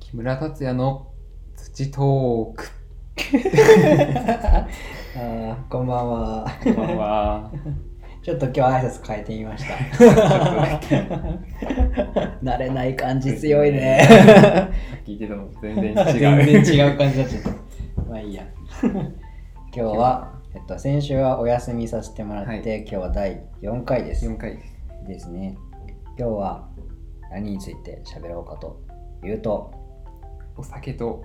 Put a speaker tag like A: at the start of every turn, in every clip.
A: 木村達也の土トーク。
B: あーこんばんは。
A: こんばんは。
B: ちょっと今日挨拶変えてみま した。慣れない感じ強いね。
A: 聞いてたの 全然
B: 全
A: 違う。
B: 然違う感じだっちゃった。まあいいや。今日は、えっと、先週はお休みさせてもらって、
A: は
B: 今日は第4回です。
A: 4回です。
B: ですね。今日は何について喋ろうかというと、
A: お酒と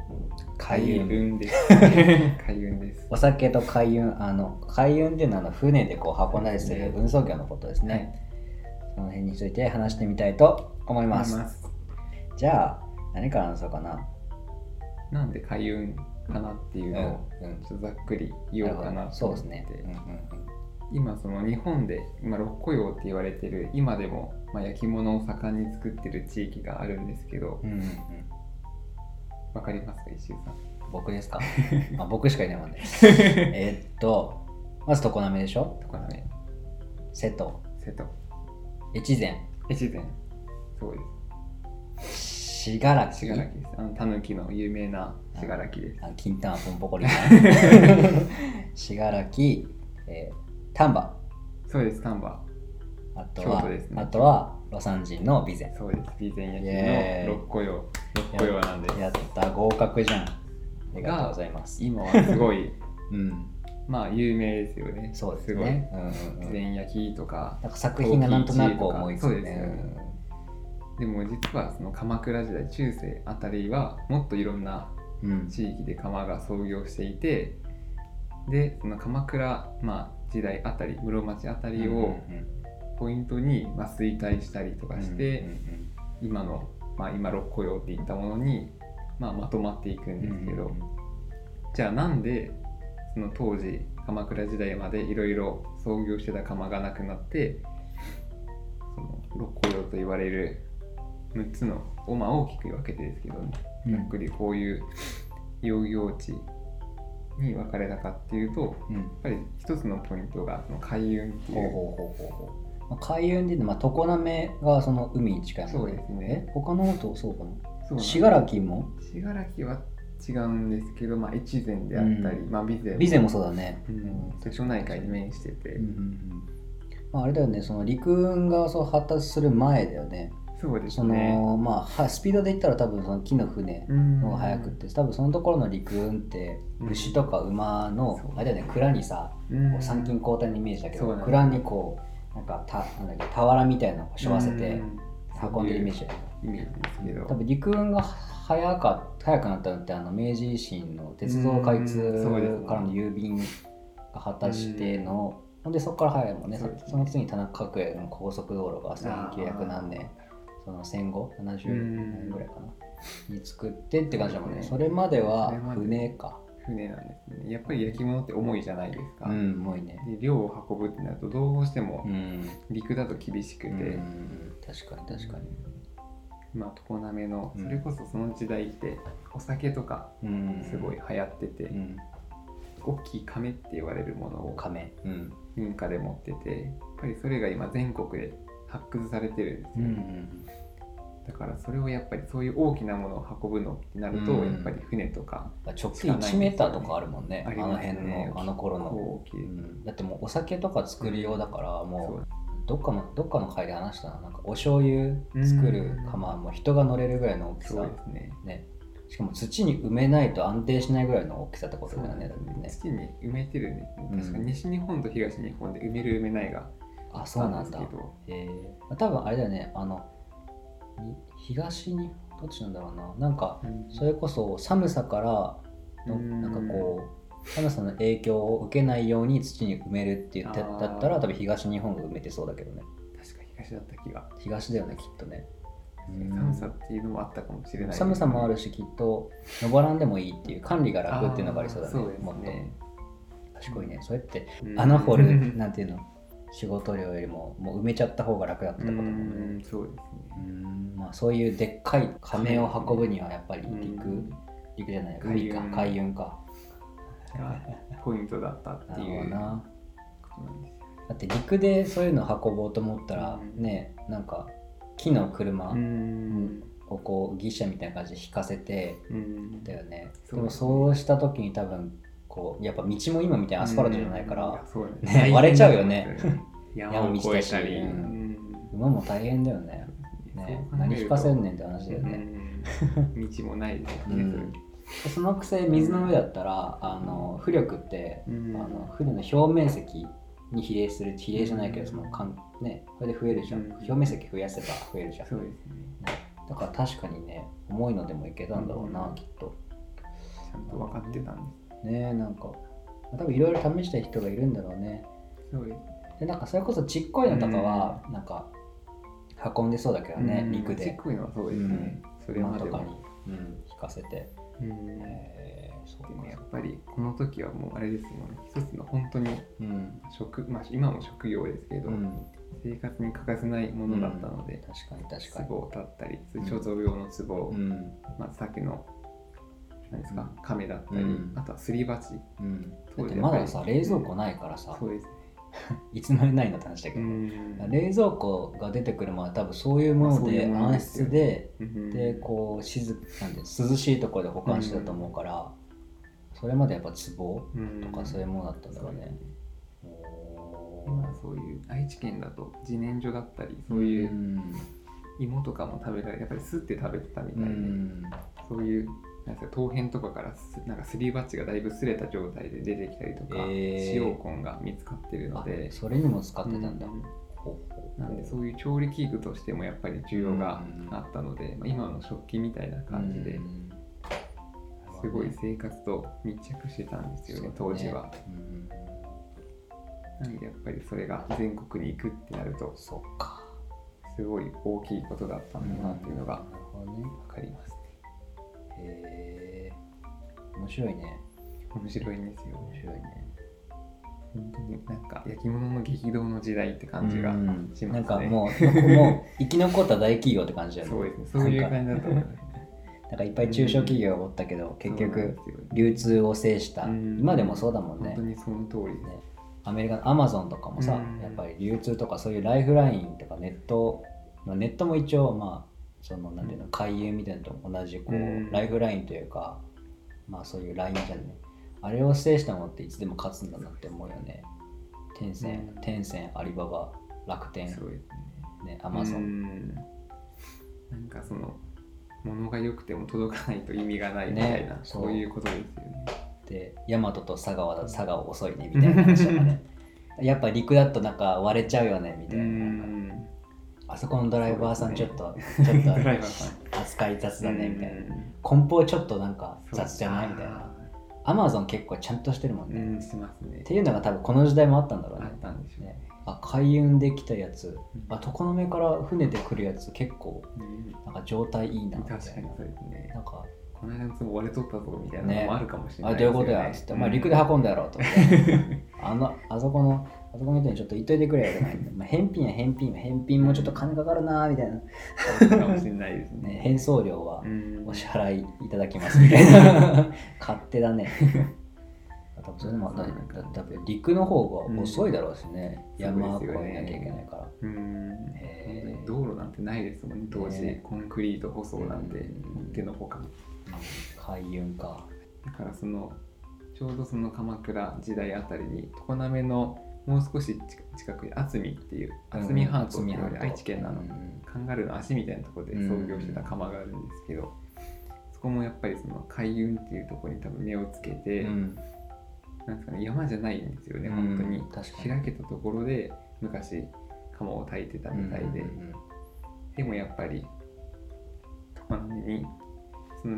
B: 開
A: 開
B: 運。
A: 運 です。開運です。
B: お酒と海運あの海運っていうのはあの船でこう運んだりする運送業のことですね、その辺について話してみたいと思い
A: はい
B: ます
A: ます。
B: じゃあ何から話そうかな
A: なんで開運かなっていうのを
B: うんうん
A: ちょっとざっくり言おうかなと
B: そう
A: 思
B: で
A: っ
B: す
A: て
B: ね、うんうん
A: 今その日本で今六甲用って言われてる今でもまあ焼き物を盛んに作ってる地域があるんですけど
B: うんうんうん
A: わかりますか石井さん
B: うん 僕ですかあ僕しかいないもんねえーっとまず常滑でしょ
A: とかね
B: 瀬戸
A: 瀬戸
B: 越前
A: 越前そうです
B: 信楽
A: 信楽です。あのタヌキの有名な信楽です。
B: あ金玉ポンポコリ 信楽、えー丹波
A: そうです、丹波。
B: あとは、
A: 京都ですね
B: あとはロサン人の備前。
A: そうです、備前
B: イ
A: 焼
B: エーイ
A: きの六個用。六個用なんです。
B: やった、合格じゃん。ありがとうございます。
A: 今はすごい、
B: うん、
A: まあ有名ですよね。
B: そうですね。
A: す
B: うん
A: ごい。
B: うんうん
A: 備前焼きとか。
B: なんか作品がなんとなく思いつ
A: そう
B: く
A: ですよ
B: ね
A: ね。でも実はその鎌倉時代、中世あたりはもっといろんな
B: うんうん
A: 地域で釜が創業していて、で、その鎌倉、まあ、時代あたり、室町あたりをポイントに、まあ、衰退したりとかして、
B: うんうん
A: 今の、まあ、今六個用って言ったものに、まあ、まとまっていくん
B: うん
A: ですけど、
B: うん
A: じゃあなんでその当時鎌倉時代までいろいろ創業してた釜がなくなってその六個用と言われる6つのを、まあ、大きく分けてですけどね、
B: うん
A: ざっくりこういう養業地に分かれたかっていうとやっ
B: うん
A: ぱり一つのポイントがその海運ってい
B: ほう
A: う
B: ほうほうほうほう。まあ海運で言うと、まあ、常滑がその海に近いもん
A: そうですね
B: え他の音そう
A: そう
B: かな。
A: なんです
B: 信楽も
A: 信楽は違うんですけど、まあ、越前であったり、
B: う
A: まあ、備前
B: 備前もそうだね。
A: うん、瀬戸内海に面してて、
B: うんうんうんまあ、あれだよね、その陸運がそう発達する前だよね。
A: そうです
B: そ
A: ね。
B: のまあはスピードで言ったら多分その木の船
A: うん
B: の方が速くって、多分そのところの陸運って
A: うん
B: 牛とか馬の、
A: そう
B: あれだよね蔵にさ、
A: うん
B: こう参勤交代のイメージだけど、
A: そうだね
B: 蔵にこうなんかたなんだっけ俵みたいなのを背負わせて
A: うん
B: 運んでるイメージだよね。
A: イメージですけど、
B: 多分陸運が早か早くなったのってあの明治維新の鉄道開通
A: うんそうですね
B: からの郵便が果たしての、ほんでそこから早いもんね
A: そ
B: そう
A: ですね
B: の次に田中角栄の高速道路が
A: あー
B: 1900何年その戦後70
A: うん
B: 年ぐらいかなに作ってって感じだもんね
A: そ
B: そうれまでは
A: それまで
B: 船か
A: 船なんですね。やっぱり焼き物って重いじゃないですか。
B: うん重いね
A: で量を運ぶってなるとどうしても
B: うん、
A: 陸だと厳しくて、
B: うん、確かに確かに
A: まあ常滑の
B: うん
A: それこそその時代ってお酒とか
B: うん
A: すごい流行ってて、
B: うん
A: 大きい亀って言われるものを
B: 亀うん
A: 民家で持っててやっぱりそれが今全国で発掘されてるんです
B: うんう
A: よ、
B: ん
A: だからそれをやっぱりそういう大きなものを運ぶのってなると、
B: うん
A: やっぱり船とか
B: 直径1メーターとかあるもんね
A: あ
B: あ
A: りま
B: の
A: すね
B: 辺のあの頃の
A: こう大きい、
B: だってもうお酒とか作る用だから、
A: そ
B: も
A: う
B: うどっかのどっかの会で話したななんかお醤油作る釜はもう人が乗れるぐらいの大き
A: そう
B: さ
A: で、すね
B: ね、しかも土に埋めないと安定しないぐらいの大きさってことだよねだってね
A: 土に埋めてるんですね
B: うん
A: 確か西日本と東日本で埋める埋めないが
B: あそうなんだ
A: あるですけど
B: えー、多分あれだよねあのに東にどっちなんだろうななんか
A: うん
B: それこそ寒さから
A: う
B: の
A: ん
B: なんかこう寒さの影響を受けないように土に埋めるって言って
A: あー
B: だったら多分東日本が埋めてそうだけどね
A: 確か東だった気が
B: 東だよねきっとね
A: 寒さっていうのもあったかもしれないですね
B: 寒さもあるしきっと登らんでもいいっていう管理が楽っていうのがありそうだね
A: ーそうです
B: もっ
A: ね
B: と賢いねそうやって
A: うん
B: 穴掘 る、
A: うん
B: なんていうの仕事量よりももう埋めちゃった方が楽だったって
A: う
B: ことだもんね
A: んそうです
B: う
A: ね
B: んまあ、そういうでっかい亀を運ぶにはやっぱり陸、
A: うん
B: 陸じゃない海か
A: 海
B: 海運か
A: がポイントだったっ
B: な
A: て
B: るほ
A: い
B: ど
A: う
B: な
A: ことなんですよ
B: だって陸でそういうの運ぼうと思ったら
A: うん
B: ねなんか木の車
A: うん
B: ここ牛車みたいな感じで引かせて
A: うん
B: だよね
A: そ
B: で
A: う
B: もそうした時に多分こうやっぱ道も今みたいなアスファルトじゃないから、
A: うんそうだ
B: ね
A: 大変
B: 割れちゃうよね
A: だと思うよ山を越えたり、
B: 山道だしうん
A: うん
B: 馬も大変だよねね何引かせんねんって話だよね、
A: うん道もないです
B: う
A: ね
B: ん
A: それ
B: でそのくせ水の上だったらあの浮力って、
A: うん
B: あの船の表面積に比例する比例じゃないけどそのかん、ね、これで増えるじゃん、
A: うん
B: 表面積増やせば増えるじゃん
A: そうですね
B: だから確かにね重いのでもいけたんだろうな、
A: うん
B: きっと
A: ちゃんと分かってたんで
B: ねえなんか多分いろいろ試した人がいるんだろうね
A: すそうです
B: でなんかそれこそちっこいのとかは、なんか運んでそうだけどね、
A: うん
B: 陸
A: ちっ
B: で
A: こいのはそうですね、それ
B: 馬
A: ま
B: と
A: で
B: かに
A: は、、
B: うん、引かせて、
A: うんで
B: えー、そう
A: もや
B: か
A: っぱりこの時はもうあれですもんね一つの本当に
B: うん、
A: 職、まあ、今も職業ですけど、
B: うん、
A: 生活に欠かせないものだったので、
B: 確かに確かに
A: 壺を立ったり
B: うん
A: 貯蔵用の壺を、
B: うん
A: まあ、さっきの何ですか、
B: う
A: 亀だったり、
B: うん
A: あとはすり鉢
B: うん、だ
A: そ
B: っ
A: うだ
B: て
A: よ
B: まださ冷蔵庫ないからさ、
A: そうですね
B: いつまでないのって話だけ
A: う
B: ど、
A: ん
B: 冷蔵庫が出てくるまで多分そういうもの
A: ま
B: で
A: あそういうもの
B: 暗
A: ですよ
B: 室で
A: うん
B: でこう静なんて涼しいところで保管してたと思うから、それまでやっぱ壺
A: うん
B: とかそういうものだったんだ
A: そう
B: ろう
A: です
B: ね
A: ね。
B: お
A: 今
B: ー
A: そういう愛知県だと自然薯だったりそういううん芋とかも食べられやっぱりすって食べてたみた
B: う
A: いで、
B: ん
A: そういうなんですか陶片とかからすなんかすり鉢がだいぶ擦れた状態で出てきたりとか、
B: えー
A: 使用痕が見つかってるの
B: あ
A: で
B: それにも使ってたんだ。
A: うん
B: ほうほう
A: なんでそういう調理器具としてもやっぱり需要があったので、まあ、今の食器みたいな感じで、
B: うん
A: すごい生活と密着してたんですよね当時は。。
B: うん
A: なんでやっぱりそれが全国に行くってなると
B: そっか。
A: すごい大きいことだったんだなっていうのが
B: なるほどね。
A: 分かりますね。
B: へえ面白いね
A: 面白いんですよ
B: 面
A: ね。
B: 白いね
A: 本当になんか焼き物の激動の時代って感じがしますね。
B: なんかもうなんかもう生き残った大企業って感じだよ ね
A: そうですね。そういう感じだと思います。
B: なんかいっぱい中小企業がおったけど 結
A: そうなん
B: 局
A: ですよね
B: 流通を制した
A: うん
B: 今でもそうだもんね
A: 本当にその通りです。
B: アメリカのアマゾンとかもさ
A: うん
B: やっぱり流通とかそういうライフラインとかネットまあネットも一応まあそのなんていうの回遊みたいなのと同じこ
A: うん
B: うライフラインというかまあそういうラインじゃねあれを制したものっていつでも勝つんだなって思うよね天線
A: うん
B: 天線アリババ楽天
A: そうですね。
B: ねアマゾ
A: う
B: ン
A: んなんかその物が良くても届かないと意味がないみたいな、
B: ね
A: そういうことですよね。
B: で大和と佐川だと佐川遅いねみたいな話とか ねやっぱ陸だとなんか割れちゃうよねみた
A: う
B: いななんか
A: ん。
B: あそこのドライバーさんち
A: そ
B: ょ
A: う
B: っ
A: でド
B: と、ちょっ
A: ライバーさん
B: と扱い雑だねみたいな
A: うん
B: 梱包ちょっとなんか雑じゃないみたいな。アマゾン結構ちゃんとしてるもん
A: う
B: ね、っ
A: ん、してますね。
B: ていうのが多分この時代もあったんだろう
A: あ
B: ね
A: ったんでしょうね。
B: あ海運できたやつ
A: うん
B: あ床の目から船で来るやつ結構
A: うん
B: なんか状態いいなみたい
A: 確かに
B: な
A: そうですね
B: な。んか
A: この間のつも割れとったぞみたいなの
B: ね
A: もあるかもしれな
B: あ
A: い
B: どういうことやつって、お前陸で
A: は
B: 運んだやろと思って。あの、あそこの、あそこの人にちょっと言っといてくれよとか言って、まあ、返品や返品、返品もちょっと金かかるなーみたいな、
A: かもしれないです
B: ね、
A: ね。
B: 返送料は
A: うん
B: お支払いいただきますみたいな。 勝手だね。多分それでもだだ多分陸の方が遅いだろうしね、
A: うん
B: 山
A: そうで
B: 越
A: す
B: え
A: よ
B: な
A: ね
B: きゃいけないから。
A: うん
B: へー
A: 本当に道路なんてないですもんね、当時、
B: ね
A: コンクリート舗装なんて、
B: うん
A: 手のほか。
B: 海運か。
A: だからそのちょうどその鎌倉時代あたりに常滑のもう少し近近くに渥美っていう渥美半島っていうので愛知県なの、
B: うんうん
A: カンガルーの足みたいなところで創業してた釜があるんですけど、そこもやっぱりその海運っていうところに多分目をつけて、
B: うん
A: なんですかね山じゃないんですよね、本当
B: う
A: に
B: ん確かに
A: 開けたところで昔釜を炊いてたみたいで、
B: うんうん
A: でもやっぱり常滑にその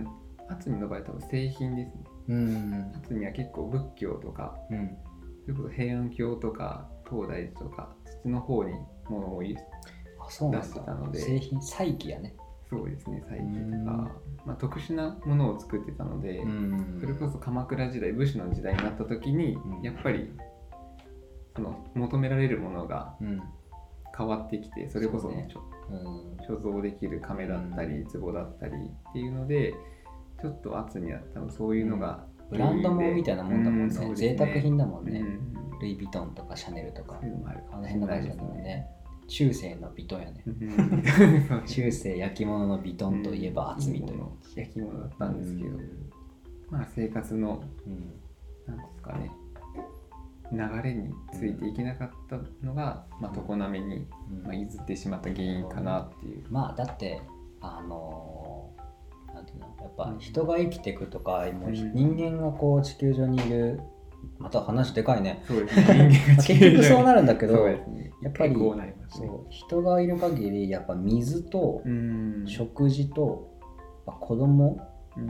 A: 渥美の場合多分製品ですね
B: うん
A: 夏には結構仏教とか
B: うんうん
A: それこそ平安京とか東大寺とかそっちの方にものを輸出
B: あそうなん
A: 出してた
B: だ
A: ので
B: 製品再起やね、
A: そうですね最
B: う
A: 近と
B: ん
A: か、まあ、特殊なものを作ってたので、
B: ん
A: それこそ鎌倉時代武士の時代になった時に、
B: うん
A: やっぱりその求められるものが
B: うん
A: 変わってきてそれこそ、
B: そうね
A: ねちょ
B: うん
A: 貯蔵できる亀だったり壺だったりっていうのでちょっと厚にあったそういうのが、
B: ブランドもんみたいなもんだもん
A: う
B: ね、
A: そうです
B: 贅沢品だもんね、
A: うん
B: ルイ・ヴィトンとかシャネルとか
A: そういうのもある
B: あ
A: か
B: の
A: もしれ
B: 辺の
A: な
B: 会
A: い
B: 社
A: で
B: だ
A: す
B: もんね中世のビトンやね中世焼き物のビトンといえば厚みという、
A: の焼き物だったんですけど、まあ生活の
B: うん
A: なんですかね流れについていけなかったのが、まあ、常滑に、
B: うん
A: まあ、譲ってしまった原因かなっていう。
B: まあだってあのーなんていうのやっぱ人が生きていくとか、もううん人間がこう地球上にいるまた話でかいね
A: そうですね人間が
B: 結局そうな
A: る
B: るんだ けどや
A: や
B: っ
A: っ
B: ぱ
A: ぱ
B: り
A: りこうなりましたね。
B: そう人がいる限りやっぱ水と
A: うん
B: 食事と、まあ子供、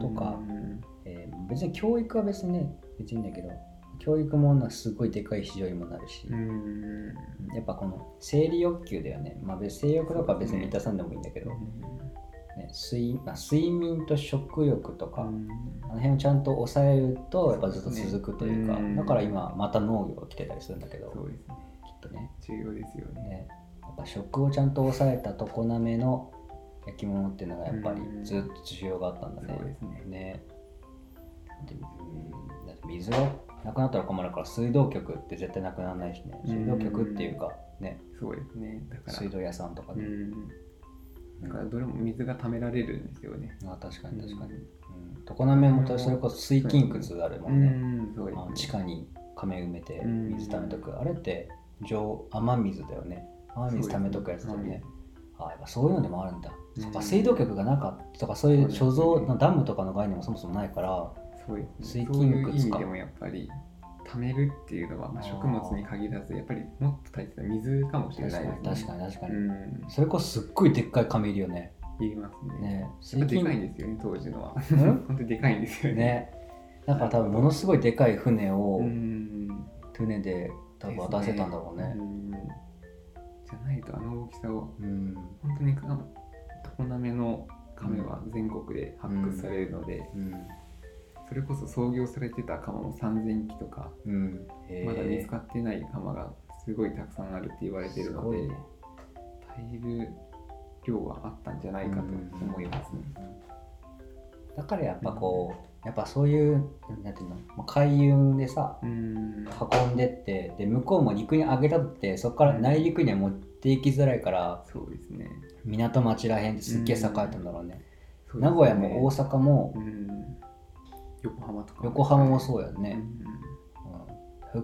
B: とか
A: うん
B: えー別に教育は別にね別にいいんだけど教育もなすごいでかい市場にもなるし、
A: うん
B: やっぱこの生理欲求だよね、まあ、別性欲とかは別に満たさんでもいいんだけど、ね睡まあ、睡眠と食欲とか、あの辺をちゃんと抑えるとやっぱずっと続くというか、
A: そうですねうん
B: だから今また農業が来てたりするんだけど
A: そうですね
B: きっとね
A: 重要ですよね。
B: ねやっぱ食をちゃんと抑えた常滑の焼き物っていうのがやっぱり
A: うん
B: ずっと需要があったんだ
A: そう
B: ね。
A: ですね。
B: ねでうんだって水がなくなったら困るから水道局って絶対なくならないしね水道局っていうかね
A: そうですね。だから
B: 水道屋さんとか
A: う
B: で、
A: ん
B: う
A: だ
B: ん
A: からどれも水が溜められるんですよね。
B: あ確かに確かに、
A: う
B: うん、常滑もそれこそ水筋窟あるもんね、
A: うんそうです
B: あの
A: ね。
B: 地下に亀埋めて
A: うん
B: 水溜めとく、あれって上雨水だよね雨水溜めとくやつだよ
A: そうで
B: ね
A: すね
B: あやっぱそういうのでもあるんだ、
A: うん
B: そっか水道局がなかったとかそういう貯
A: そう
B: 蔵
A: ですね
B: ダムとかの概念もそもそもないから
A: そうですね
B: 水
A: そうい
B: 金窟
A: う
B: か
A: 意味でもやっぱり貯めるっていうのは、まあ、
B: あー
A: 食物に限らずやっぱりもっと大切な水かもしれ
B: 確
A: な
B: か
A: い
B: に
A: です
B: 確かに確かに、
A: うん、
B: それこそすっごいでっかい亀いるよね
A: 言いますね。
B: ね
A: やっぱでかいん
B: 水
A: ですよね、当時のは。
B: ん
A: 本当にでかいんですよね。
B: ねだから多分ものすごいでかい船を
A: うん。
B: 船で多分渡せたんだろうね
A: んじゃないとあの大きさを
B: うん
A: 本当にか常滑の亀は全国で発掘されるので、
B: うん
A: それこそ創業されてた釜も3000基とか、
B: うんへー
A: まだ見つかってない釜がすごいたくさんあるって言われてる
B: す
A: の
B: ご
A: で、
B: いね
A: だいぶ量はあったんじゃないかと思いますね。
B: だからやっぱこうやっぱそういうなんていうのまあ海運でさ
A: うん
B: 運んでってで向こうも陸に上げたってそこから内陸には持っていきづらいから
A: そうですね。
B: 港町らへんってすっげえ栄えたんだろうね、
A: そうですね
B: 名古屋も大阪も
A: うん横浜とか
B: 横浜も
A: う
B: そうやん
A: だ
B: ね、うん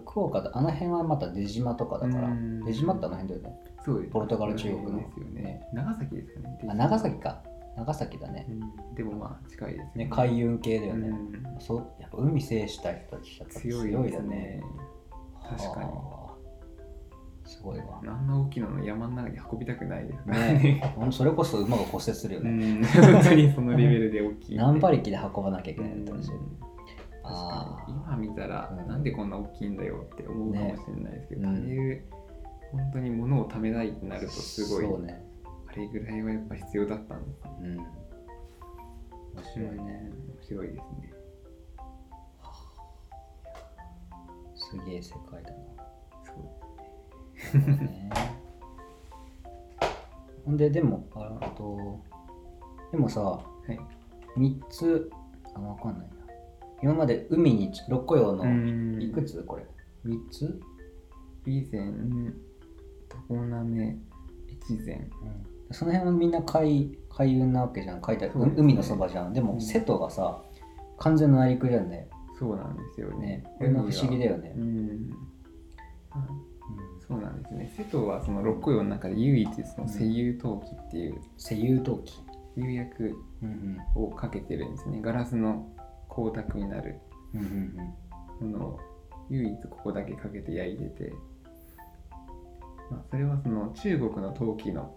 B: 福岡だあの辺はまた出島とかだから、
A: うん
B: 出島ってあの辺だよね
A: そうです
B: ポルトガル中国の
A: ですよね
B: ね。
A: 長崎ですかね。
B: あ長崎か長崎だね,、
A: うんでもまあ近いです
B: ね海運系だよ
A: う
B: ね、
A: ん
B: そうやっぱ海制したい人たちだったら
A: 強いです
B: 強いだね
A: ね。確かに
B: はあすごいわ
A: あんな大きなの山の中に運びたくないですから
B: ね。ほんとそれこそ馬が骨折するよ
A: う
B: ね、
A: ん、 本当にそのレベルで大きい。
B: 何馬力で運ばなきゃいけ
A: う
B: ないん
A: ん
B: だっ
A: 確
B: た
A: か
B: らしい、
A: に
B: ああ
A: 今見たら、
B: うん
A: なんでこんな大きいんだよって思うかもしれないですけど、
B: ねうん
A: 貯める本当に物を貯めないってなるとすごい、
B: そうね
A: あれぐらいはやっぱ必要だったんです
B: うん面白いね、
A: 面白いですね
B: すげえ世界 だな
A: そう
B: ねほんででもああとでもさ
A: はい
B: 3つあ分かんないな今まで海に六個用のいく
A: つ
B: つこれ3つ、
A: 備前常滑越前
B: その辺はみんな海海運なわけじゃん海だ、
A: そうですね
B: 海のそばじゃんで
A: う
B: も
A: ん
B: 瀬戸がさ完全な内陸じゃんね
A: そうなんですよね
B: ねこれが不思議だよね
A: う、んあそうなんですね瀬戸はその六甲岩の中で唯一その西遊陶器っていう
B: 石油陶器、
A: 釉薬
B: うん
A: をかけてるんですねガラスの光沢になる
B: うんうんうん
A: ものを唯一ここだけかけて焼いてて、まあ、それはその中国の陶器の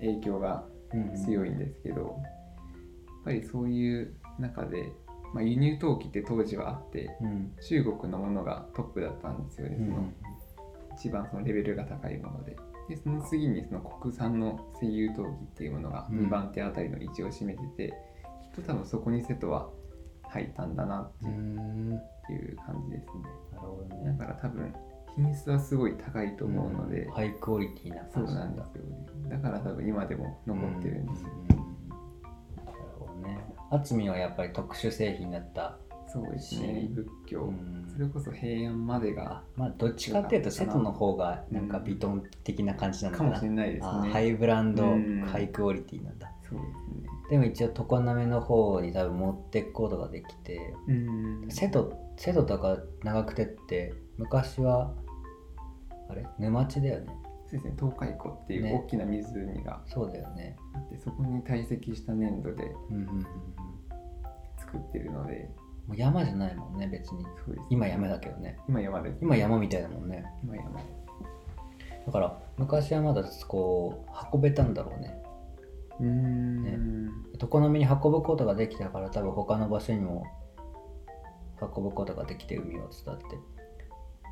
A: 影響が
B: うんうん
A: 強いんですけど、やっぱりそういう中で、まあ、輸入陶器って当時はあって
B: うん
A: 中国のものがトップだったんですよね、
B: うん
A: その一番そのレベルが高いもので。でその次にその国産の西遊陶器っていうものが
B: うん
A: 2番手あたりの位置を占めてて、きっと多分そこに瀬戸は入ったんだなっ
B: うーんなる
A: ていう感じですね。
B: ほど
A: だ
B: ね
A: から多分品質はすごい高いと思うので、
B: んハイクオリティな
A: そう
B: 感じ
A: なんですよねだから多分今でも残ってるんですよ、
B: うんうんうんなるほどね渥美はやっぱり特殊製品だった
A: そうですね
B: し
A: 仏教、
B: うん
A: それこそ平安までが
B: まあどっちかっていうと瀬戸の方がなんか
A: うん
B: ビトン的な感じなの
A: か
B: か
A: も
B: な、
A: しれないです
B: あー
A: ね
B: ハイブランド、
A: うん
B: ハイクオリティなんだ
A: そうですね
B: でも一応常滑の方に多分持ってくことができて
A: うん
B: 瀬戸瀬戸とか長久手って昔はあれ沼地だよね
A: そうですね東海湖っていう
B: ね
A: 大きな湖が
B: そうだよね
A: あって、そこに堆積した粘土で
B: うんうんうんうん
A: 作ってるので
B: もう山じゃないもんね別に
A: そうですね
B: 今山だけどね
A: 今山です
B: 今山みたいだもんね
A: 今山
B: だから昔はまだこう運べたんだろうね
A: うーん、
B: 常滑に運ぶことができたから多分他の場所にも運ぶことができて海を伝って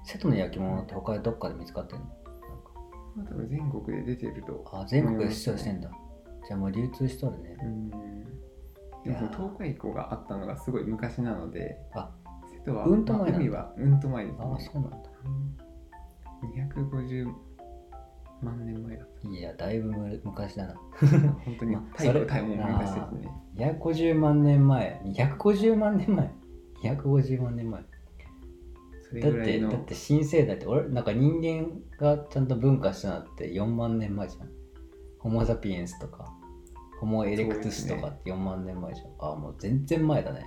B: 瀬戸の焼き物って他でどっかで見つかってんのな
A: ま
B: んか
A: あ多分全国で出てると
B: あ全国で出張してんだ、じゃあもう流通しとるね
A: うーんでもそ
B: いや
A: の
B: ー
A: 東海湖があったのがすごい昔なので
B: あ
A: 瀬戸は
B: うんと前なんだ
A: まあ海はうんと前ですね
B: ああそうなんだ
A: うん250万年前だっ
B: いやだいぶむ昔だな
A: た本当に
B: まあ
A: 太
B: それ
A: 古太古も昔ですね
B: 250万年前250万年前250万年前
A: それ
B: だっ
A: ぐらい
B: て
A: の
B: だって新生代って俺なんか人間がちゃんと分化したのって4万年前じゃんホモ・ザピエンスとかホモ・エレクトゥスとかって4万年前じゃん、あもう全然前だね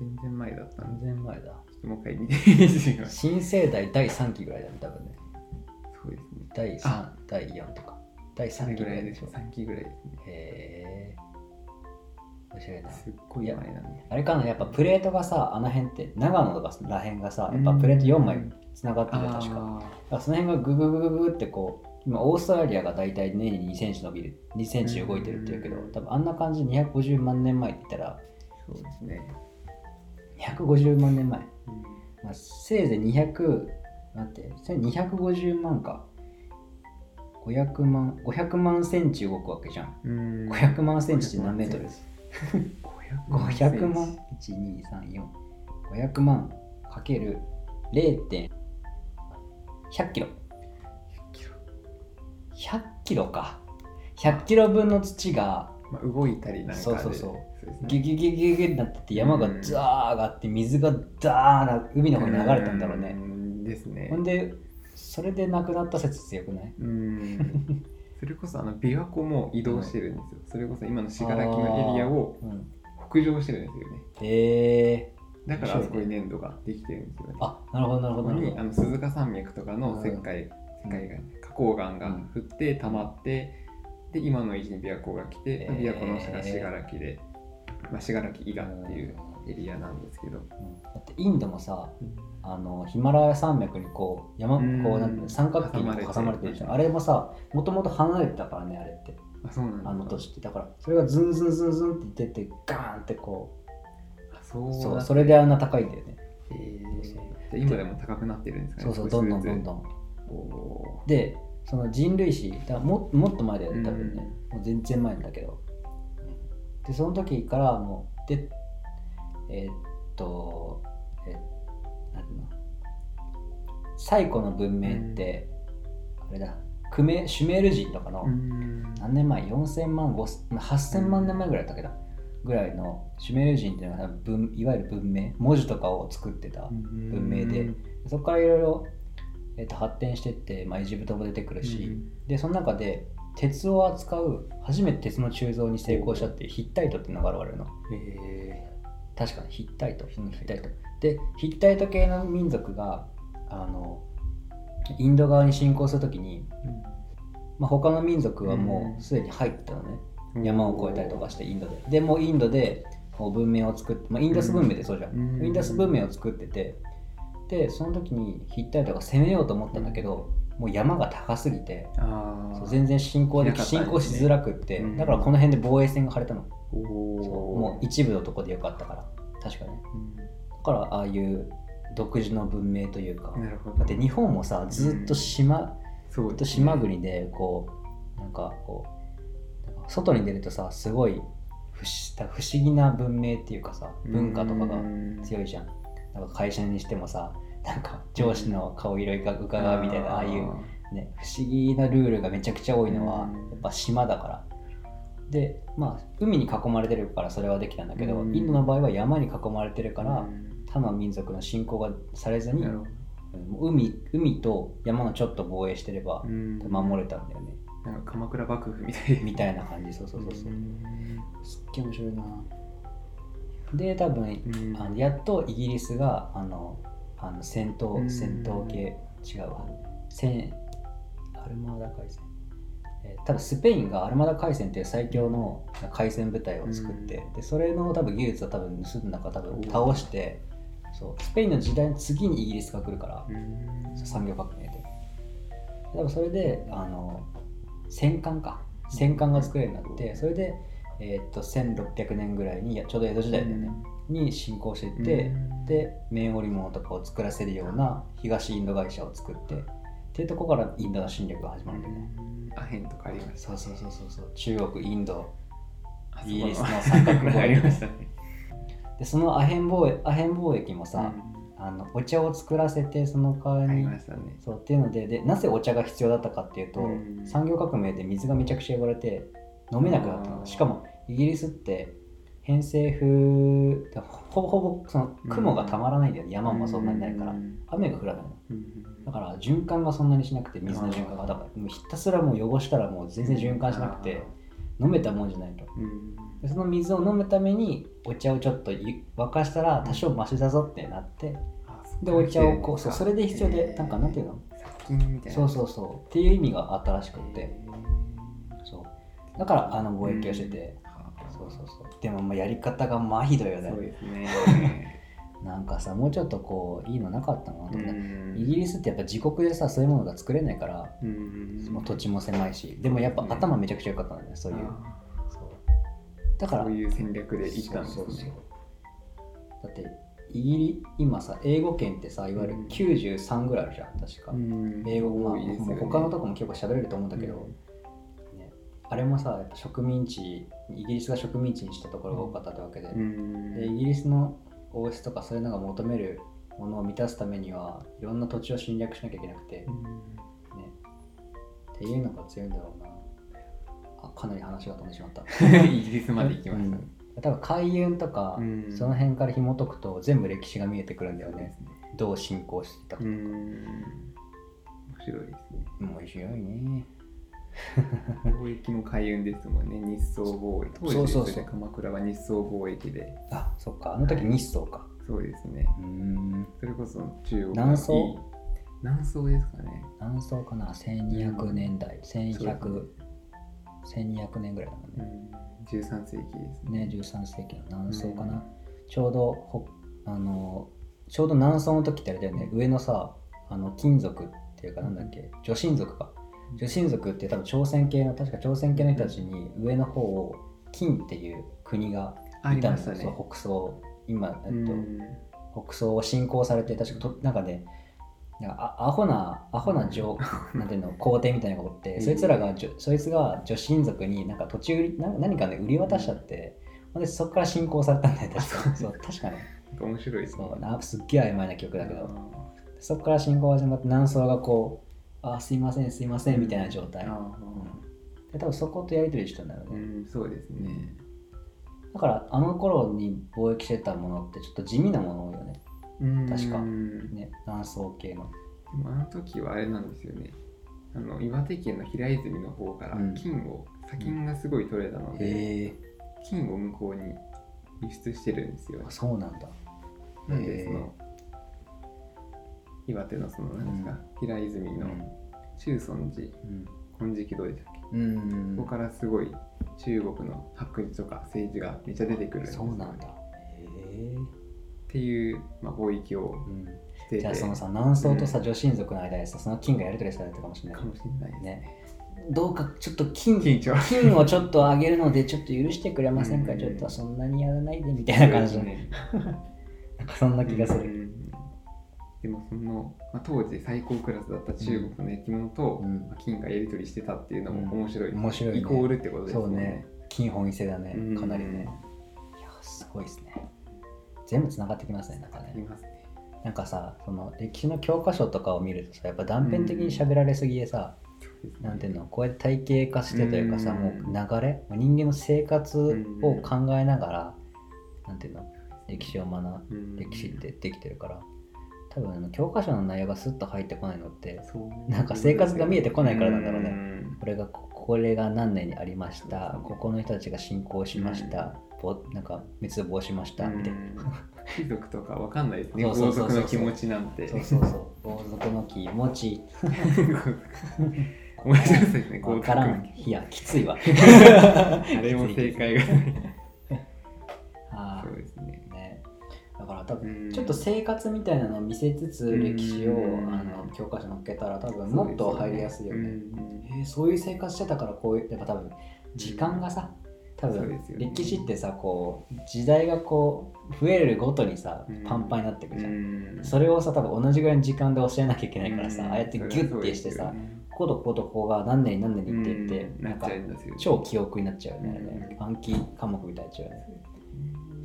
A: 全然前だったん
B: 全
A: で
B: 然前だ
A: ちょっともう一回見てみてみまし
B: 新生代第3期ぐらいだね多分ね
A: ょうそうですね
B: 第3
A: あ
B: 第4とか第
A: それ
B: 3期
A: ぐ
B: ぐ
A: ら
B: らい
A: い
B: で
A: で
B: し
A: す
B: ょ
A: 3期ぐらいですね
B: へえ面白いな
A: すっごい前なんで
B: あれかなやっぱプレートがさあの辺って長野とからへんがさやっぱプレート4枚つながってるよ
A: あ
B: 確か
A: あ
B: だからその辺がグググググってこう今オーストラリアが大体年に2センチ伸びる2センチ動いてるっていうけど
A: うん
B: 多分あんな感じで250万年前って言ったら
A: そうですね、
B: 250万年前、
A: うん
B: まあ、せいぜい200なんてそれ250万か500万500万センチ動くわけじゃん
A: うん
B: 500万センチって何メートルです
A: 500
B: 500
A: 万
B: 万1234500万かける0 1 0 0キロ100キロか100キロ分の土が
A: まあ、動いたりなんかで
B: そうそうそう
A: ですね
B: ギュギュギュギュギュになってて山がザー上がって水がダーな海の方に流れたんだろう
A: う
B: ね
A: んですね
B: ほんでそれで亡くなった説強くない
A: うんそれこそあの琵琶湖も移動してるんです よ、それこそ今の信楽のエリアを
B: うん
A: 北上してるんですよね
B: へえ
A: だから
B: 面白いね
A: あそこに粘土ができてるんですよね
B: あなるほどなるほ
A: ここ
B: どなる
A: に
B: ほ
A: あ
B: ど
A: の鈴鹿山脈とかの石灰、
B: うん
A: 石灰岩花崗岩が降って溜まって、で今の位置に琵琶湖が来て、
B: えー
A: 琵琶湖の下が信楽で、まあ、信楽伊賀っていうエリアなんですけど、
B: うんだってインドもさあのヒマラヤ山脈にこう山
A: うん
B: こうなんていうの三角形にこう挟
A: 挟
B: ま
A: まれ
B: れて
A: て
B: る
A: る
B: じゃんあれもさもともと離れてたからねあれって
A: あそうなんですか
B: あの年ってだからそれがズンズンズンズンって出てガーンってこ
A: あそうな
B: う
A: ん
B: そうそれであんな高いんだよね
A: えーじゃあ今でも高くなってるんですかね
B: そうそう
A: 少
B: ど
A: し
B: ん
A: ず
B: ど
A: つ
B: んどんどん
A: お
B: でその人類史だからももっと前だよね多分ね
A: う
B: もう全然前だけどでその時からもうでえーっとえなんていうの最古の文明って、あれだクメシュメール人とかの、
A: ーうん
B: 何年前4000万5000 8000万年前ぐらいだったっけどぐらいのシュメール人っていうのが文いわゆる文明文字とかを作ってた、文明でそこからいろいろ、えっと発展してって、まあ、エジプトも出てくるし、でその中で鉄を扱う初めて鉄の鋳造に成功したっていうヒッタイトっていうのが現れるの
A: え
B: 確かにヒッタイトヒッタイトでヒッタイト系の民族があのインド側に侵攻するときに、まあ、他の民族はもうすでに入ってたのね、山を越えたりとかしてインドででもうインドでこう文明を作って、まあ、インダス文明ってそうじゃん、
A: うん
B: インダス文明を作っててでその時にヒッタイトが攻めようと思ったんだけど、もう山が高すぎて
A: あ
B: そう
A: あ
B: 全然進行で
A: な
B: き
A: かったん
B: 進
A: ですね
B: 行しづらくって、
A: うん
B: だからこの辺で防衛線が張れたの、
A: お
B: そう
A: お
B: もう一部のとこでよかったから確かねだからああいう独自の文明というか、
A: なるほど
B: だって日本もさずっと島、
A: そう
B: ずっ
A: で
B: と
A: す
B: 島国でこうなんかこうなんか外に出るとさすごい不思不思議な文明っていうかさ文化とかが
A: うん
B: 強いじゃんなんか会社にしてもさなんか上司の顔色が伺うみたいなああいうね、不思議なルールがめちゃくちゃ多いのは
A: うん
B: やっぱ島だからでまあ海に囲まれてるからそれはできたんだけど、
A: うん
B: インドの場合は山に囲まれてるから、
A: うん
B: 他の民族の信仰がされずに、
A: なるほど
B: うん海海と山のちょっと防衛してれば
A: うん
B: 守れたんだよね、
A: なんか鎌倉幕府みたい
B: みたいな感じそうそうそうそう、
A: ん
B: すっげえ面白いなで多分
A: うん
B: あのやっとイギリスがあのあの戦
A: う
B: 闘
A: ん
B: 戦闘系違うわ戦アルマーダ海戦、えー多分スペインがアルマーダ海戦っていう最強の海戦部隊を作って、でそれの多分技術を多分盗んだか多分倒してそうスペインの時代の次にイギリスが来るから、
A: うん
B: 産業革命で多分それであの戦艦か戦艦が作れるようになってそれで、えーっと1600年ぐらいにいやちょうど江戸時代だよね、に進行していって、
A: うん
B: で綿織物とかを作らせるような東インド会社を作ってっていうとこからインドの侵略が始まるんだよね、
A: アヘンとかありました
B: そうそうそうそうそう中国インド
A: あ
B: イギリスの
A: そう
B: 三角貿易
A: ありました ね
B: でそのアヘン貿易アヘン貿易もさ、あのお茶を作らせてその代わ
A: うんあ
B: り
A: り
B: に
A: ましたね
B: そうっていうのででなぜお茶が必要だったかっていうと、
A: うん
B: 産業革命で水がめちゃくちゃ汚れて飲めなくなった
A: あー
B: のしかもイギリスって偏西風ほぼほぼその雲がたまらないんだよね、山もそんなにないから、
A: うん
B: 雨が降らないの
A: うん
B: だから循環がそんなにしなくて水の循環がだからもうひたすらもう汚したらもう全然循環しなくて飲めたもんじゃないと
A: うん
B: でその水を飲むためにお茶をちょっとい沸かしたら多少マシだぞってなって
A: あ
B: でお茶をこうそうそれで必要
A: え
B: で
A: ー
B: なんかなんていうの
A: 殺菌みたいな
B: そうそうそうっていう意味があったらしくって
A: え
B: そうだからあの貿易をしてて、
A: ーはあ
B: そうそうそうでももうやり方がまあひどいよ
A: そう
B: ね
A: ですね
B: なんかさもうちょっとこ ういいのなかったのかなと思って、イギ
A: う
B: リスってやっぱ自国でさそういうものが作れないから、
A: ん
B: もう土地も狭いしでもやっぱ頭めちゃくちゃ良かったんだよねそういう
A: あ
B: そうだから
A: そういう戦略で行ったんです
B: そうそうそう
A: ね
B: だってイギリ今さ英語圏ってさいわゆる
A: うん
B: 93ぐらいあるじゃん確か、
A: うん
B: 英語も,、
A: 多いですよ
B: も
A: ね
B: う他のとこも結構喋れると思うんだけど、
A: うん
B: ね、あれもさやっぱ植民地イギリスが植民地にしたところが多かったってわけで,、
A: うん
B: でイギリスの OS とかそういうのが求めるものを満たすためにはいろんな土地を侵略しなきゃいけなくて、ね、っていうのが強いんだろうなあかなり話が飛んでしまった
A: うんイギリスまで行きましたね
B: うん多分海運とか、
A: うん
B: その辺から紐解くと全部歴史が見えてくるんだよね
A: ね
B: どう進行してたか、
A: うん面白いですね
B: 面白いね
A: 貿易も海運ですもんね日宋貿易当時です
B: そ
A: よ
B: うそう
A: ね
B: そう
A: 鎌倉は日宋貿易で
B: あそっかあの時日宋か、
A: そうですね
B: うーん
A: それこそ中国
B: 南宋
A: 南宋ですかね
B: 何層かな1200年代
A: そう
B: 1100 1200年ぐらいだもん
A: う
B: ね
A: ん13世紀ですね
B: ね13世紀の南宋かな、
A: うん
B: ちょうどほあのちょうど南宋の時ってあれだよね上のさあの金属っていうかなんだっけ女神族か女神族って多分朝鮮系の確か朝鮮系の人たちに上の方を金っていう国が
A: あ
B: い
A: り
B: たん
A: ま
B: で
A: し
B: す
A: た
B: よ、
A: ね
B: そう北宋今、えっと
A: うん
B: 北宋を侵攻されて確かとなんかねなんかあアホなアホな 上なんていうの皇帝みたいなのがおって、
A: うん
B: そいつらがじょそいつが女神族になんか土地売りな何かね売り渡しちゃって、ほんでそこから侵攻されたん だよ確かそう確かね
A: なんか面白いですね
B: そうなすっげえ曖昧な記憶だけ
A: あ
B: ど
A: ー
B: そこから侵攻が始まって南宋がこうあーすいませんすいませんみたいな状態、
A: あ
B: うんで多分そことやり取りしてたんだろう
A: ーう
B: ね、
A: んそうですね
B: だからあの頃に貿易してたものってちょっと地味なもの多いよね確か
A: うん
B: ね南宋系の
A: でもあの時はあれなんですよねあの岩手県の平泉の方から
B: うん
A: 金を、砂金がすごい取れたので、
B: へえ
A: 金を向こうに輸出してるんですよ
B: あそうなんだ
A: なんでその岩手のその何ですか、平泉の中尊寺
B: うん
A: 金色堂でしたっけ、
B: うん
A: ここからすごい中国の白磁とか政治がめっちゃ出てくるんですよ
B: そうなんだへえ
A: っていう、まあ、貿易を
B: うん
A: してて
B: じゃあそのさ南宋とさ女神族の間でさその金がやり取りされてたかもしれな
A: か
B: い
A: もしれないです
B: ねどうかちょっと金
A: 緊張
B: 金をちょっと上げるのでちょっと許してくれませんか
A: うん
B: ちょっとそんなにやらないでみたいな感じ
A: そう
B: の
A: ですね
B: なんかそんな気がす
A: うんう
B: る
A: んうんでもその、まあ、当時最高クラスだった中国の生き物と、
B: うん
A: まあ金がやり取りしてたっていうのも面白い、
B: 面白いね
A: イコールってことです
B: そ
A: も
B: うんね金本位制だね
A: うん
B: かなりねいやすごいですね全部つながってきますねなんかね
A: ありますね
B: なんかさその歴史の教科書とかを見るとさやっぱ断片的に喋られすぎでさ、
A: ですね
B: なんていうのこうやって体系化してというかさ
A: うん
B: もう流れ人間の生活を考えながらなんていうの歴史を学ぶ
A: うん
B: 歴史ってできてるから多分あの教科書の内容がスッと入ってこないのって
A: そう
B: なんか生活が見えてこないからなんだろうね
A: ん
B: これがここれが何年にありまし
A: そうそ
B: た
A: う
B: ここの人たちが信仰しましたぼなんか滅亡しましたみたいな
A: 貴族とかわかんないですね。
B: そうそ
A: 豪
B: うそうそう
A: 族の気持ちなんて。
B: そうそうそう王族の気持ち
A: ごめんなさいね。
B: わ
A: 豪
B: から
A: 族。
B: んいやきついわ
A: あれも正解がない。
B: あ
A: そうですね。
B: ーねだから多分
A: うん
B: ちょっと生活みたいなのを見せつつ
A: うん
B: 歴史を
A: うん
B: あの教科書に載っけたら多分もっと入りやすいよね。えーそういう生活してたからこういうやっぱ多分時間がさ多
A: そう
B: 分
A: ですよね
B: 歴史ってさこう時代がこう増えるごとにさ
A: うん
B: パンパンになってく
A: う
B: じゃん。
A: ん。
B: それをさ多分同じぐらいの時間で教えなきゃいけ
A: う
B: ないからさ
A: ん
B: ああやってギュッてしてさ、こことこことここが何年に何年にって言って
A: うん
B: な
A: なんっ
B: か
A: ちゃうんですよね。
B: 超記憶になっちゃうよねあれ
A: う
B: ね
A: ん
B: 暗記科目みたいになっちゃうよね。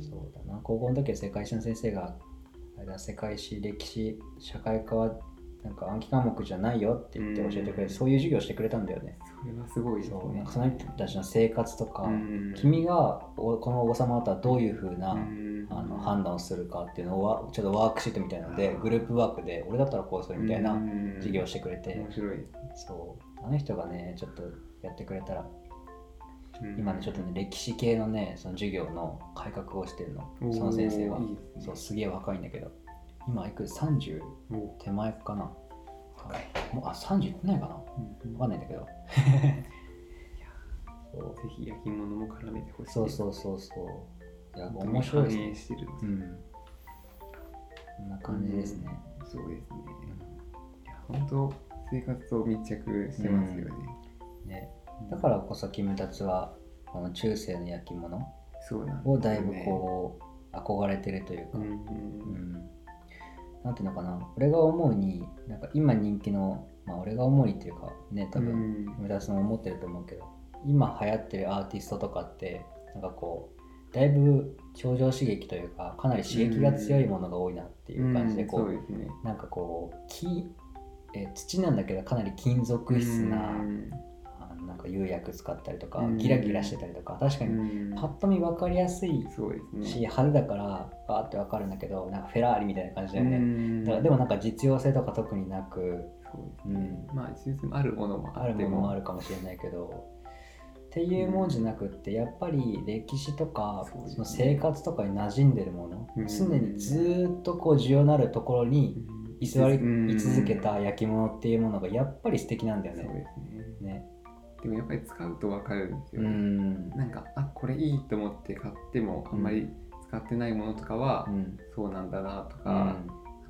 B: そうだな高校の時は世界史の先生があれだ世界史歴史社会科はなんか暗記科目じゃないよって言って教えてくれ
A: うん
B: るそういう授業してくれたんだよね。
A: それはすごいですね。
B: そうなんかその人たちの生活とか、
A: うん
B: 君がおこの王様方はどういうふうな、
A: うん
B: あの判断をするかっていうのをわちょっとワークシートみたいなので
A: あー
B: グループワークで俺だったらこうするみたいな
A: うん
B: 授業をしてくれて、
A: 面白い。
B: そうあの人がねちょっとやってくれたら今ねちょっとね歴史系のねその授業の改革をしてるの
A: おー
B: その先生はい
A: いですね
B: そうすげえ若いんだけど今いくつ30
A: と、お
B: 手前かなもうあ30いってないかな
A: うん
B: わかんないんだけどそう
A: ぜひ焼き物も絡めてほしい。
B: そう
A: う。
B: そうそうそういや面白いですね
A: してる。
B: うんこんな感じですね、
A: そうですね。いや本当生活を密着してますよね。
B: ねだからこそキムタツはこの中世の焼き物
A: そうなんですよ
B: を
A: ね
B: だいぶこう憧れてるというか、
A: うん
B: うんなんていうのかな俺が思うになんか今人気のまあ俺が思うにっていうかね多分村田さんも思ってると思うけど今流行ってるアーティストとかってなんかこうだいぶ頂上刺激というかかなり刺激が強いものが多いなっていう感じでこう、
A: うんそうですね。
B: なんかこう木えー土なんだけどかなり金属質な,、あのなんか釉薬使ったりとか、
A: うん
B: ギラギラしてたりとか確か
A: う
B: に
A: ん、
B: パッと見分かりやすい
A: そうです
B: し
A: ね。
B: 派手だからバーって分かるんだけどなんかフェラーリみたいな感じだよ
A: う
B: ね、
A: ん
B: だからでもなんか実用性とか特になく、
A: そうです
B: う
A: ね
B: ん、
A: まあ一説もあるものも
B: あ
A: あ
B: る
A: って
B: ものもあ
A: も
B: るかもしれないけどっていうもんじゃなくってやっぱり歴史とか
A: そうですね
B: その生活とかに馴染んでるもの、
A: うん
B: 常にずーっとこう需要のあるところに
A: うん
B: 居座り
A: うん
B: 居続けた焼き物っていうものがやっぱり素敵なんだよ
A: そうですね。
B: ね。ね
A: でもやっぱり使うとわかるんですよ
B: う
A: ね。
B: ん
A: なんかあこれいいと思って買ってもあんまり使ってないものとかは、
B: うん
A: そうなんだなと
B: う
A: か、
B: ん
A: あ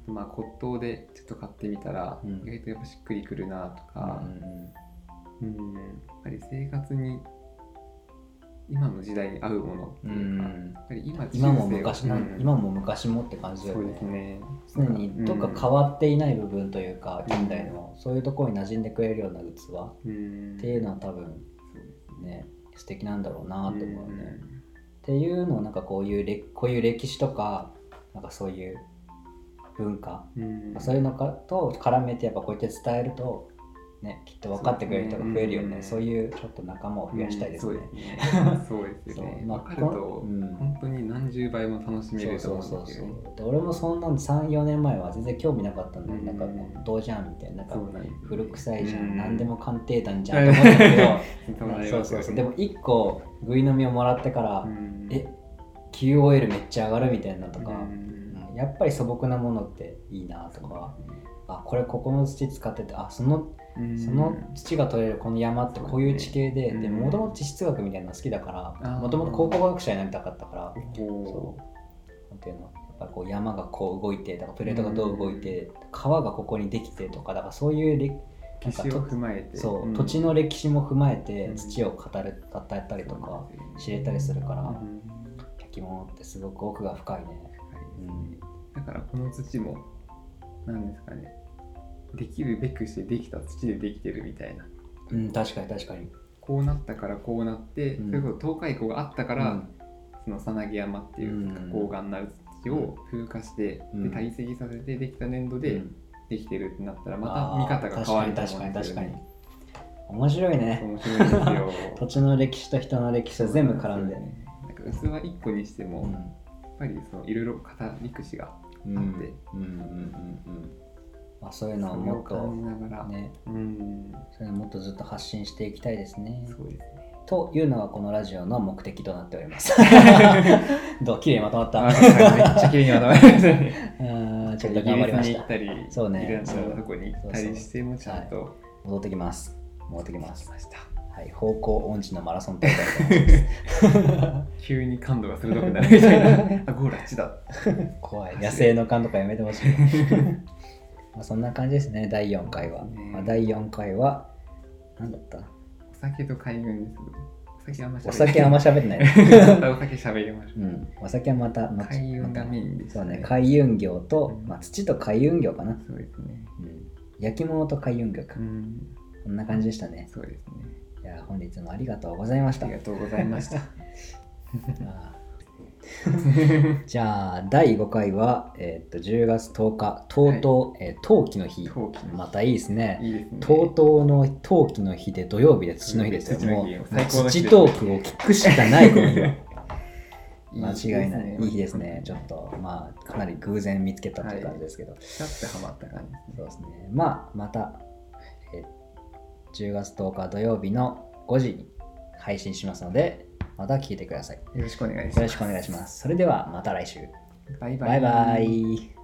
A: とまあ骨董でちょっと買ってみたら、
B: うん
A: 意外とやっぱしっくりくるなとか、
B: う
A: う
B: ん
A: んやっぱり生活に今の時代に合うものって
B: う
A: いうか、や
B: ん
A: っぱり今
B: 今も昔な
A: うん
B: 今も昔もって感じだよ
A: そうで
B: ね
A: す。ね
B: 常にどっか変わっていない部分というか近代のそういうところに馴染んでくれるような器っ
A: うん
B: ていうのは多分
A: そうです
B: ね素敵なんだろうなと思うね、っ
A: ん
B: ていうのをなんかこういうれこういう歴史とかなんかそういう文化、
A: うん
B: そういうのかと絡めてやっぱこうやって伝えるとねきっと分かってくれる人が増えるよねそ
A: そううで
B: いうちょっと仲間を増やしたいですね、
A: うんそうですねそうですよね
B: そうまあ
A: 分かると、
B: うん
A: 本当に何十倍も楽しめ
B: そう
A: ると
B: そう
A: 思
B: そううん
A: です
B: そ
A: よね
B: うで俺もそんなん34年前は全然興味なかったんだよ、
A: うん
B: なんかどうじゃんみたいななんか
A: そうなんですよね
B: 古臭いじゃん、
A: うん
B: ん、何でも鑑定団じゃんと思ったけど
A: そうなり
B: そう
A: ます
B: そ
A: よ
B: う
A: ね
B: そうでも1個ぐい飲みをもらってから、
A: うん
B: え QOL めっちゃ上がるみたいなのとか、
A: う
B: うん
A: ん
B: やっぱり素朴なものっていいなとかあこれここの土使っててあその
A: うん
B: その土が取れるこの山ってこういう地形で
A: うん
B: でもともと地質学みたいなの好きだから
A: あー
B: もともと考古学者になりたかったから
A: こ
B: そうなんていうのやっぱこう山がこう動いてとかプレートがどう動いて川がここにできてとかだからそういうれ
A: う歴史を踏まえて
B: そう、
A: ん
B: 土地の歴史も踏まえて
A: うん
B: 土を語る語ったりとか
A: そうなんです
B: 知
A: よね
B: れたりするから、
A: うん
B: 焼き物ってすごく奥が深いね。うん
A: だからこの土も何ですかねできるべくしてできた土でできてるみたいな
B: うん、確かに確かに。
A: こうなったからこうなって、
B: うん
A: それこそ東海湖があったから、
B: うん
A: そのさなぎ山っていう花崗岩になる土を風化して、
B: うん
A: で堆積させてできた粘土で
B: うん
A: できてるってなったらまた見方が変わると
B: あー確
A: 思うんで
B: かに確
A: す
B: か
A: よ
B: に
A: ね。
B: 確面白いね
A: 面白いですよ
B: 土地の歴史と人の歴史は全部絡んで、
A: なんか薄は1個にしても、
B: う
A: や
B: ん
A: っぱりそのいろいろ語り口が
B: うん、う
A: あっ
B: ん
A: て
B: うんうんまあ、そういう
A: そ
B: のは
A: れ
B: も
A: を
B: っと
A: 感じながら、
B: ね
A: うん
B: それをもっとずっと発信していきたいですね
A: そうですね
B: というのがこのラジオの目的となってお りますどう綺麗にまとまっ
A: あ
B: た
A: めっちゃ綺麗にまとまりましたね
B: うんちょっと頑張りまし
A: イギリスに行
B: た
A: ったり
B: そうね
A: いろんなとこに行ったりしてもちゃんと
B: 戻ってきます戻ってきま
A: 来
B: す
A: ました
B: はい方向音痴のマラソン大会でございます
A: 急に感度が鋭くなるみたいな あゴールあっちだ
B: 怖い野生の勘とかやめてほしい まあそんな感じですね第4回は、
A: ね
B: まあ、第4回は何だ った
A: お酒と開運ですお酒あんまし
B: お酒あんま喋んないね
A: ま たお酒しゃべりましょ
B: うん、お酒はまた後
A: 開運がメインです
B: そう
A: ね
B: ね海運業と、
A: うん
B: まあ、土と海運業かな
A: う、そうですね
B: うん、焼き物と海運業か、
A: うん
B: こんな感じでしたね
A: そうですね
B: いや本日もありがとうございまし
A: あ
B: た
A: りがとうございました
B: あーじゃあ第5回は、えーっと10月10日とうとう、えー陶器の日
A: 陶器の日
B: またいいですね
A: いいですね
B: とうとうの陶器の日で土曜日で土の日ですよ
A: 土
B: も
A: の
B: う
A: 日
B: もう
A: 最高の日
B: 土
A: です
B: トークを聞くしかないこの日は間違いな
A: ですね
B: いいい日ですねちょっとまあかなり偶然見つけたという感じですけど、
A: シャッてハマった感じですね
B: そうですね。まあ、また、えー10月10日土曜日の5時に配信しますので、また聞いてください。よ
A: よろしくお願いします
B: ろしくお願いします。それでは、また来週。
A: バイバイ
B: バイバイ